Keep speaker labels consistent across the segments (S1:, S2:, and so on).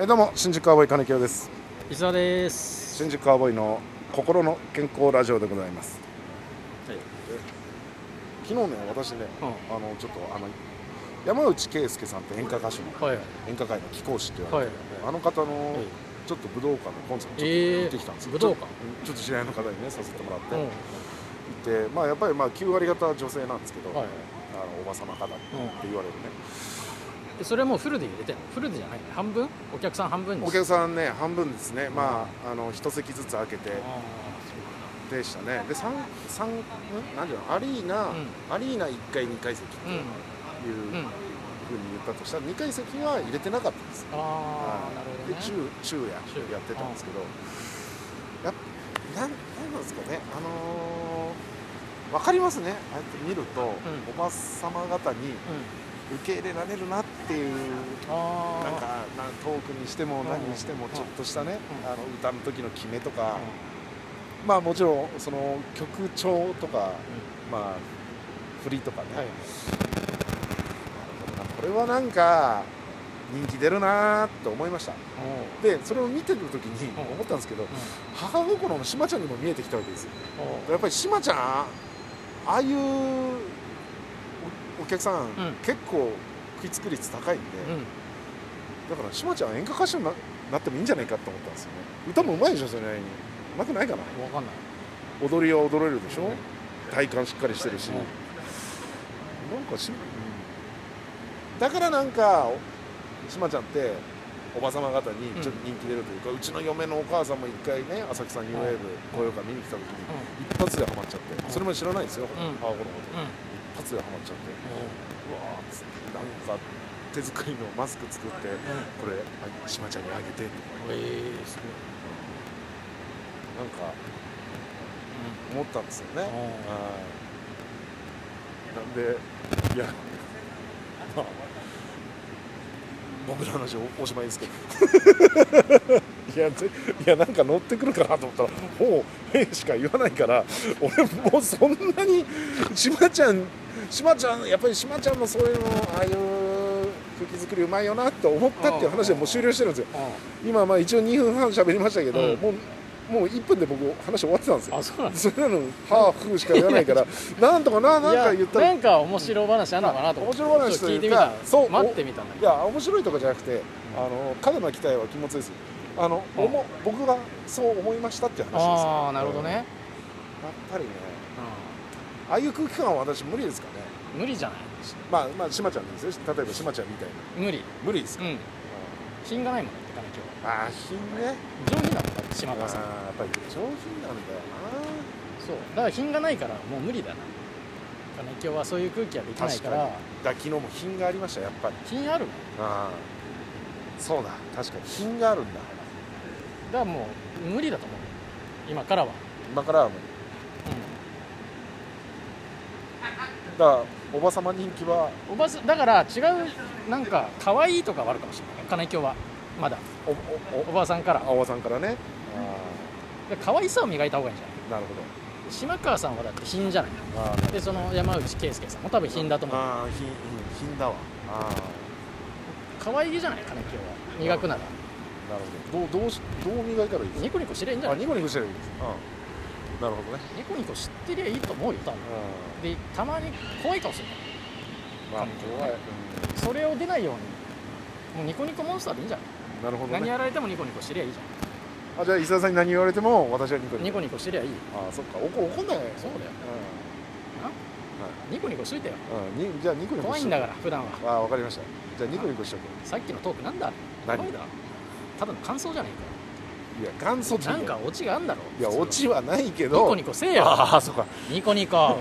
S1: えどうも新宿アボイ金城です
S2: 伊沢です。
S1: 新宿アボイの心の健康ラジオでございます
S2: はい。
S1: 昨日ね私ね、あのちょっとあの山内圭介さんって演歌歌手の
S2: はい。
S1: 演歌界の貴公子って言わ
S2: はい
S1: れて、。あの方のちょっと武道館のコンサートちょっと行ってきたんですよ、
S2: えー武道館
S1: ちょっとちょっと知り合いの方にね誘ってもらって
S2: うん。
S1: 行って、まあやっぱりまあ9割方女性なんですけど、
S2: はい。
S1: あのおば様方って
S2: う
S1: 言われるね、
S2: ん。でそれもうフルで入れてんの。フルでじゃない。半分？お客さん半分に。
S1: お客さんね半分ですね、まああの一席ずつ開けて
S2: あ
S1: でしたねで三三んなんていうのアリーナ、
S2: うん
S1: アリーナ1階2階席って
S2: ー。
S1: いうふう
S2: うん。
S1: に
S2: う
S1: 言
S2: ん。
S1: ったとしたら2階席は入れてなかったんですよ
S2: ああ。なるほど
S1: で
S2: ね。
S1: 昼昼夜
S2: 昼夜
S1: やってたんですけどやっなんなんなんですかねあのーわかりますねああやって見ると、おばさま方に
S2: うん。
S1: 受け入れられるなっていう
S2: ああ。
S1: なんかなトークにしても
S2: うん
S1: 何にしてもちょっとしたね、
S2: うん
S1: あの歌の時の決めとか、まあもちろんその曲調とか、まあ振りとかね、
S2: うん。はい。
S1: これはなんか人気出るなーって思いました
S2: おお。
S1: でそれを見てる時に
S2: うん
S1: 思ったんですけど、母心の島ちゃんにも見えてきたわけですよ
S2: おお。
S1: やっぱり島ちゃんああいうおお客さん、
S2: ん
S1: 結構食いつく率高いんで、
S2: うん。
S1: だから島ちゃん演歌歌手にななってもいいんじゃないかと思ったんですよね歌もうまいでしょそれなりにうまくないかな
S2: わかんない。
S1: 踊りは踊れるでしょ、
S2: うん
S1: 体幹しっかりしてるし、
S2: うん
S1: なんかし、だからなんか島ちゃんっておばさま方にちょっと人気出るというか、うちの嫁のお母さんも一回ね浅草ニューウェーブ高揚館見に来た時に一発でハマっちゃって、
S2: うん
S1: それも知らないですよ、あ
S2: ん
S1: あこのこと
S2: うん。うん。
S1: 一発でハマっちゃってうわーっつってなんか手作りのマスク作ってこれあ島ちゃんにあげてとか
S2: おお。ええ。すご
S1: な
S2: い。
S1: んか思ったんですよね、
S2: うん。おお。
S1: はいなんでいやまあ僕の話おおしまいですけど いやぜいやなんか乗ってくるかなと思ったら「ほうへえ」しか言わないから俺もうそんなに島ちゃん島ちゃんやっぱり島ちゃんもそういうのああいう空気作りうまいよなって思ったっていう話でもう終了してるんですよ今まあ一応2分半喋りましたけど、
S2: うん
S1: もうもう1分で僕話終わってたんですよ
S2: あ、そうなんで す。
S1: それなのハーフしか言わないからなんとかななんか言った
S2: いや
S1: ら
S2: なんか面白い話なのかなと思って
S1: 面白い話と
S2: 聞
S1: い
S2: いて
S1: う
S2: み
S1: か
S2: た
S1: そう
S2: 待ってみたんだ
S1: いや面白いとかじゃなくてあの過度な期待は気持ちですあの、
S2: うん
S1: おも僕がそう思いましたっていう話です
S2: ああなるほどね、
S1: うんやっぱりねああいう空気感は私無理ですかね
S2: うん無理じゃない
S1: まあまあ島ちゃんですよ例えば島ちゃんみたいな
S2: 無理
S1: 無理です
S2: う
S1: か、
S2: ん品がないもんだって金今
S1: ああ品ね
S2: 日上
S1: あ
S2: 品なもんだって島
S1: あ
S2: 川さん
S1: やっぱり上品なんだよ
S2: そうだから品がないからもう無理だな金今日はそういう空気はできない
S1: 確
S2: から
S1: なだ昨日も品がありましたやっぱり
S2: 品あるもん
S1: ああそうだ確かに品があるんだ
S2: だからもう無理だと思う今からは、
S1: 今からはもうだからおばさま人気は
S2: うん、おばすだから違うなんか可愛いとかはあるかもしれない金今日はまだ
S1: おお
S2: おばさんから
S1: おおばさんからね
S2: で可愛さを磨いた方がいいんじゃない
S1: あーなるほど
S2: 島川さんはだって品じゃない
S1: あー
S2: でその山内圭介さんも多分品だと思う
S1: あー品品品だわあ
S2: 可愛げじゃない金今日は磨くなら
S1: あなるほどどうどうしどう磨いたらいいです
S2: ニコニコしてりゃいいんじゃ
S1: か
S2: な
S1: あ
S2: い
S1: ニコニコしてるいいですうんなるほどね
S2: ニコニコ知ってりゃいいと思うよ多分
S1: う
S2: でたまに怖い顔する
S1: んまあ
S2: 感情
S1: 怖い、
S2: それを出ないようにもうニコニコモンスターでいいんじゃない、
S1: うんなるほど
S2: 何
S1: ね
S2: やられてもニコニコしてりゃいいじゃ
S1: あじゃあ伊沢さんに何言われても私はニコニ
S2: ん
S1: コ
S2: ニコニコしてりゃいいよ
S1: あーそっか怒怒んない
S2: そうだ
S1: う
S2: よニコニコしといてよ
S1: ん、うんにじゃあニコニコ
S2: 怖いんだから普段は
S1: ああーわかりましたじゃあニコニコしとこ
S2: さっきのトークなんだ
S1: う
S2: 怖
S1: 何
S2: い
S1: い
S2: だろただの感想じゃね
S1: や元祖
S2: えかなんかオチがあんだろ
S1: いやオチ
S2: ニ
S1: はないけど
S2: コニコせえよ
S1: ああそうか
S2: ニコニコ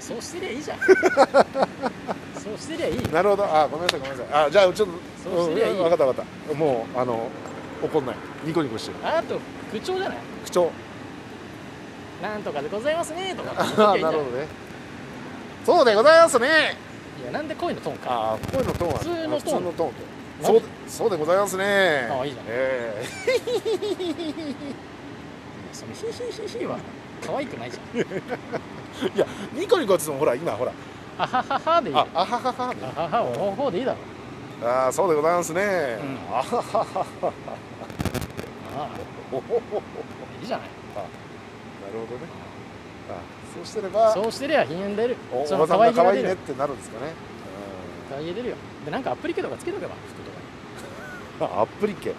S2: そうしてりゃい いじゃんそうしてりゃいいよ
S1: なるほどあごめんなさいごめんなさいあじゃあちょっと
S2: そうすりゃいい
S1: 分かった分かったもうあの怒んないニコニコしてる
S2: あと口調じゃない
S1: 口調
S2: なんとかでございますねとか言っとき
S1: あ
S2: ゃ
S1: あ
S2: いいんじ
S1: な
S2: ゃ
S1: る
S2: な
S1: ほ
S2: い
S1: どねそうでございますね
S2: いやなんで声のトーンか
S1: ああ声のトーンは
S2: 普通のトーン
S1: あ普通のトーンと
S2: 何
S1: そうそうでございますね
S2: ああいいじゃん
S1: ええ
S2: そのヒヒヒヒは可愛くないじゃん
S1: いやニコニコっつってもほら今ほら
S2: あはははでいい
S1: ああ
S2: あ
S1: はははね
S2: ははおほほでいいだろ
S1: ああそうでございますね、
S2: ん
S1: あははは
S2: あ
S1: おほほほ
S2: あいいじゃない
S1: なるほどねあそうしてれば
S2: そうしてりゃ品縁出る
S1: おお
S2: そ
S1: ば
S2: の
S1: さん
S2: 可
S1: が
S2: 愛げ
S1: 可
S2: が
S1: 愛
S2: 出
S1: いねっ
S2: る
S1: てなるんですかね、
S2: 可愛げ出るよでなんかアプリケとかつけとけば服とかに
S1: うん、あアップリケ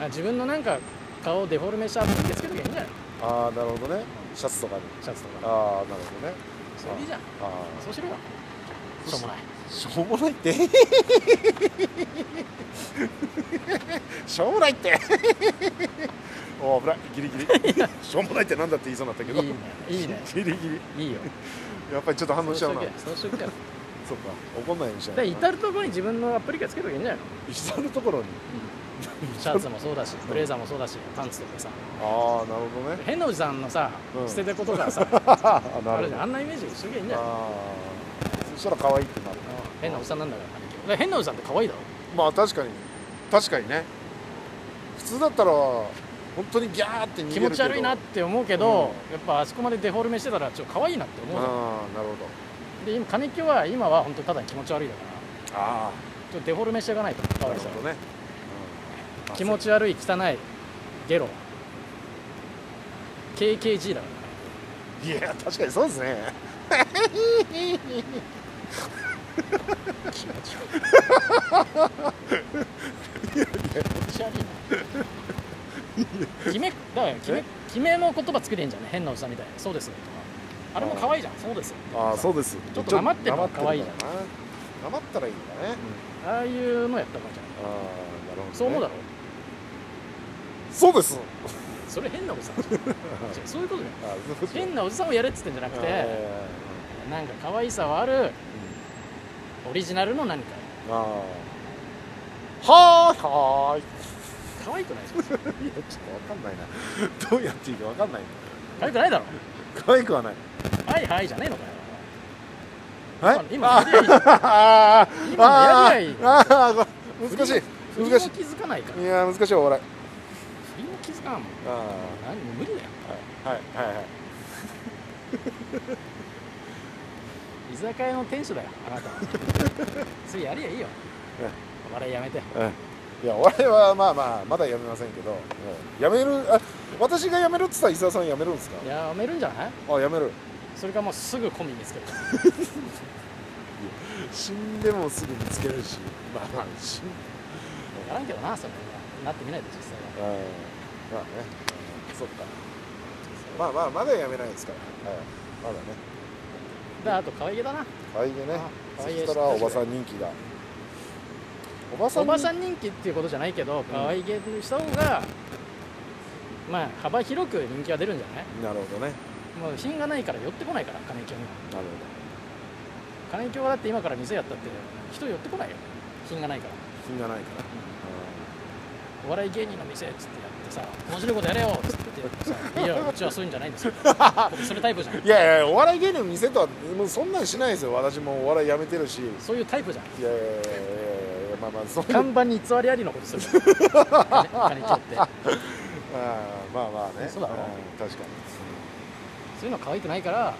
S2: あ自分のなんか顔をデフォルメしたアプリケつけとけばいいんじゃない
S1: ああなるほどねシャツとかに
S2: シャツと
S1: あ
S2: か
S1: あなるほどね
S2: それでいいじゃ
S1: あ
S2: んそうしろよしょうもない
S1: あしょうもないって しょうもないって おー危ないギリギリしょうもないってなんだって言いそうになったけど
S2: いいねいいね
S1: ギリギリ
S2: いいよ
S1: やっぱりちょっと反応しちゃうな
S2: そうしとけそうしとけよ
S1: そうか怒んないようにし
S2: だ
S1: な
S2: から
S1: い
S2: 至る所に自分のアプリケつけとけばいいんじゃないの
S1: 至る所に
S2: シャツもそうだしブレザーもそうだしパンツとかさ
S1: ああなるほどね
S2: 変なおじさんのさ、
S1: うん
S2: 捨ててことがさ
S1: あ
S2: あ
S1: な
S2: る
S1: る
S2: じ
S1: ほど
S2: ゃんあ
S1: あ
S2: んなイメージでしとけばいいんじゃない
S1: あそしたら可愛いってなる
S2: うん変なおじさんなんだからだから変なおじさんって可愛いだろ
S1: まあ確かに確かにね普通だったら本当にギャーって逃げる
S2: 気
S1: け
S2: 持
S1: ど
S2: ち悪いなって思うけど、やっぱあそこまでデフォルメしてたらちょっと可愛いなって思うじ
S1: あ
S2: ゃん
S1: あなるほど
S2: で今金木は今は本当ただ気持ち悪いだから
S1: あ
S2: ちょっとデフォルメしていかないと
S1: あ
S2: 可
S1: な
S2: 愛
S1: る
S2: さを
S1: ほどね、うん
S2: 気持ち悪い汚いゲロ KKG だか
S1: いや確かにそうですね
S2: ら気持ち悪い気持ち悪いな決めだから決め
S1: え
S2: 決めの言葉作れんじゃんね変なおじさんみたいなそうですねとかあれも可愛いじゃんそうですねとか
S1: ああそううです
S2: ちょっと黙ってるのが可愛いじゃん
S1: 黙ってるからな黙ったらいいんだね、
S2: ああいうのやったらいいじゃ
S1: ああ
S2: ん
S1: なるほど、ね、
S2: そう思うだろ
S1: そうです
S2: それ変なおじ さんじゃん違うそういうことじゃん
S1: あそうです
S2: 変なおじさんをやれっつってんじゃなくて
S1: あ
S2: なんか可愛さはあるオリジナルの何か
S1: あはーいはーい
S2: 可愛くないじゃん
S1: いやちょっとわかんないなどうやっていいかわかんない
S2: 可愛くないだろ
S1: 可愛くはない
S2: はいはいじゃねえのかよ
S1: はい
S2: 今
S1: あ
S2: 今やりゃいいじゃん
S1: あー
S2: 今のや
S1: あ
S2: りゃいい
S1: ーあー難しい
S2: 振りも
S1: 難し
S2: 気づかないから
S1: いいやー難しいお笑い
S2: 振りも気づかんもん
S1: あ
S2: 何もう無理だよ
S1: あはいはいはいはい
S2: 居酒屋の店主だよあなたはそれやりゃいいよお笑いやめて
S1: いや俺はまあまあまだやめませんけど、やめるあ私がやめるって言ったら伊沢さんやめるんですか
S2: やめるんじゃない
S1: あやめる
S2: それかもうすぐコンビ見つける
S1: 死んでもすぐ見つけるしまあ死ん
S2: やらんけどなそれはなってみないで実際は
S1: うんまあねそっかまあまあまだやめないですから、はい、まだね
S2: であと可愛げだな
S1: 可愛いね
S2: あ可
S1: そ
S2: 愛い
S1: したらおばさん人気がおばさん
S2: おばさ
S1: ん
S2: ん人気っていうことじゃないけど可愛げにした方がまあ幅広く人気は出るんじゃない
S1: なるほどね
S2: もう品がないから寄ってこないから金井京に
S1: な
S2: は
S1: る
S2: 金井京はだって今から店やったって人寄ってこないよ品がないから
S1: ほど品がないから、
S2: お笑い芸人の店っつってやってさ面白いことやれよっつってやってさ いやうちはそういうんじゃないん ですよ僕それタイプじゃん
S1: いやいやお笑い芸人の店とはもうそんなんしないですよ私もお笑いやめてるしい
S2: そういうタイプじゃん
S1: やいやいやいやいやまあまあそういう
S2: 看板に偽りありのこと するじゃん金金井京って
S1: あーまあまあね
S2: そうだろ
S1: ん確かに
S2: そういうの可愛くないから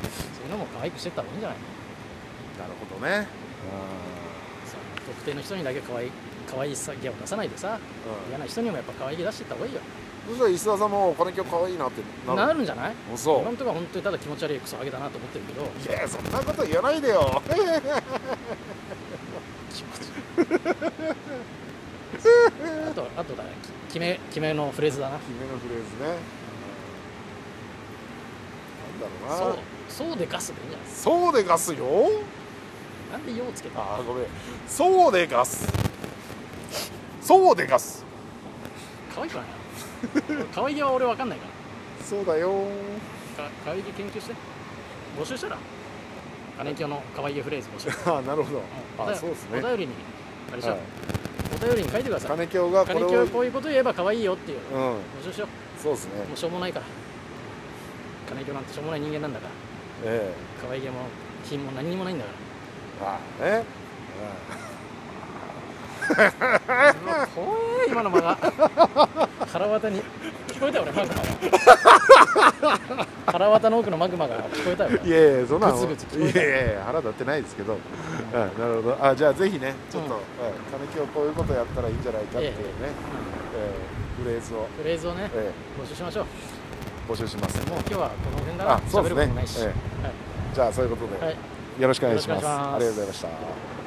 S2: そういうのも可愛くしてった方がいいんじゃないの
S1: なるほどね
S2: その特定の人にだけ可愛い可愛いさげを出さないでさ
S1: うん、
S2: 嫌な人にもやっぱ可愛げ出してった方がいいよ
S1: そしたら石田さんもこの曲可愛いなってなる
S2: なるんじゃない
S1: そ
S2: 今のところは本当にただ気持ち悪いクソハゲだなと思ってるけど
S1: ういやそんなこと言わないでよ
S2: 気持ち悪いあとあとだねき決め決めのフレーズだな
S1: 決めのフレーズねなんだろ
S2: そうう
S1: な
S2: そうでガスでいいんじゃない
S1: そうでガスよ
S2: なんで「よ」をつけた
S1: あーごめんそうでガスそうでガス
S2: 可愛くないな可愛げは俺分かんないか
S1: そうだよ
S2: らか可愛げ研究して募集したら金京の可愛げフレーズ募集
S1: あーなるほど
S2: お
S1: あ
S2: 便
S1: そうですね
S2: お便りにあれでしょ、
S1: はい
S2: お便りに書いてください
S1: 金京がこ
S2: 金
S1: れを
S2: 京はこういうこと言えば可愛いよっていう
S1: うん
S2: 募集しよ
S1: そうですね
S2: うもうしょうもないから金京なんてしょうもない人間なんだから
S1: え
S2: 可愛げも品も何にもないんだか
S1: えまあね
S2: らうわ怖え今の間が腹渡に聞こえたよ俺マグマが腹渡の奥のマグマが聞こえたよ
S1: いやいやそんなの
S2: グツグツ聞こえ
S1: い
S2: た
S1: やいや腹立ってないですけど、うん、なるほどあじゃあぜひねちょっと、
S2: うん
S1: うん神木をこういうことやったらいいんじゃないかっていうね、
S2: え
S1: えーフレーズを、
S2: フレーズをね
S1: え
S2: 募集しましょう
S1: ー募集します
S2: もう今日はこの辺だな
S1: あそうです
S2: 喋るこ
S1: ね
S2: ともないし、
S1: え
S2: はい
S1: じゃあそういうことで、
S2: はい
S1: よろしくお願いします
S2: よろしくお願いします
S1: ありがとうございました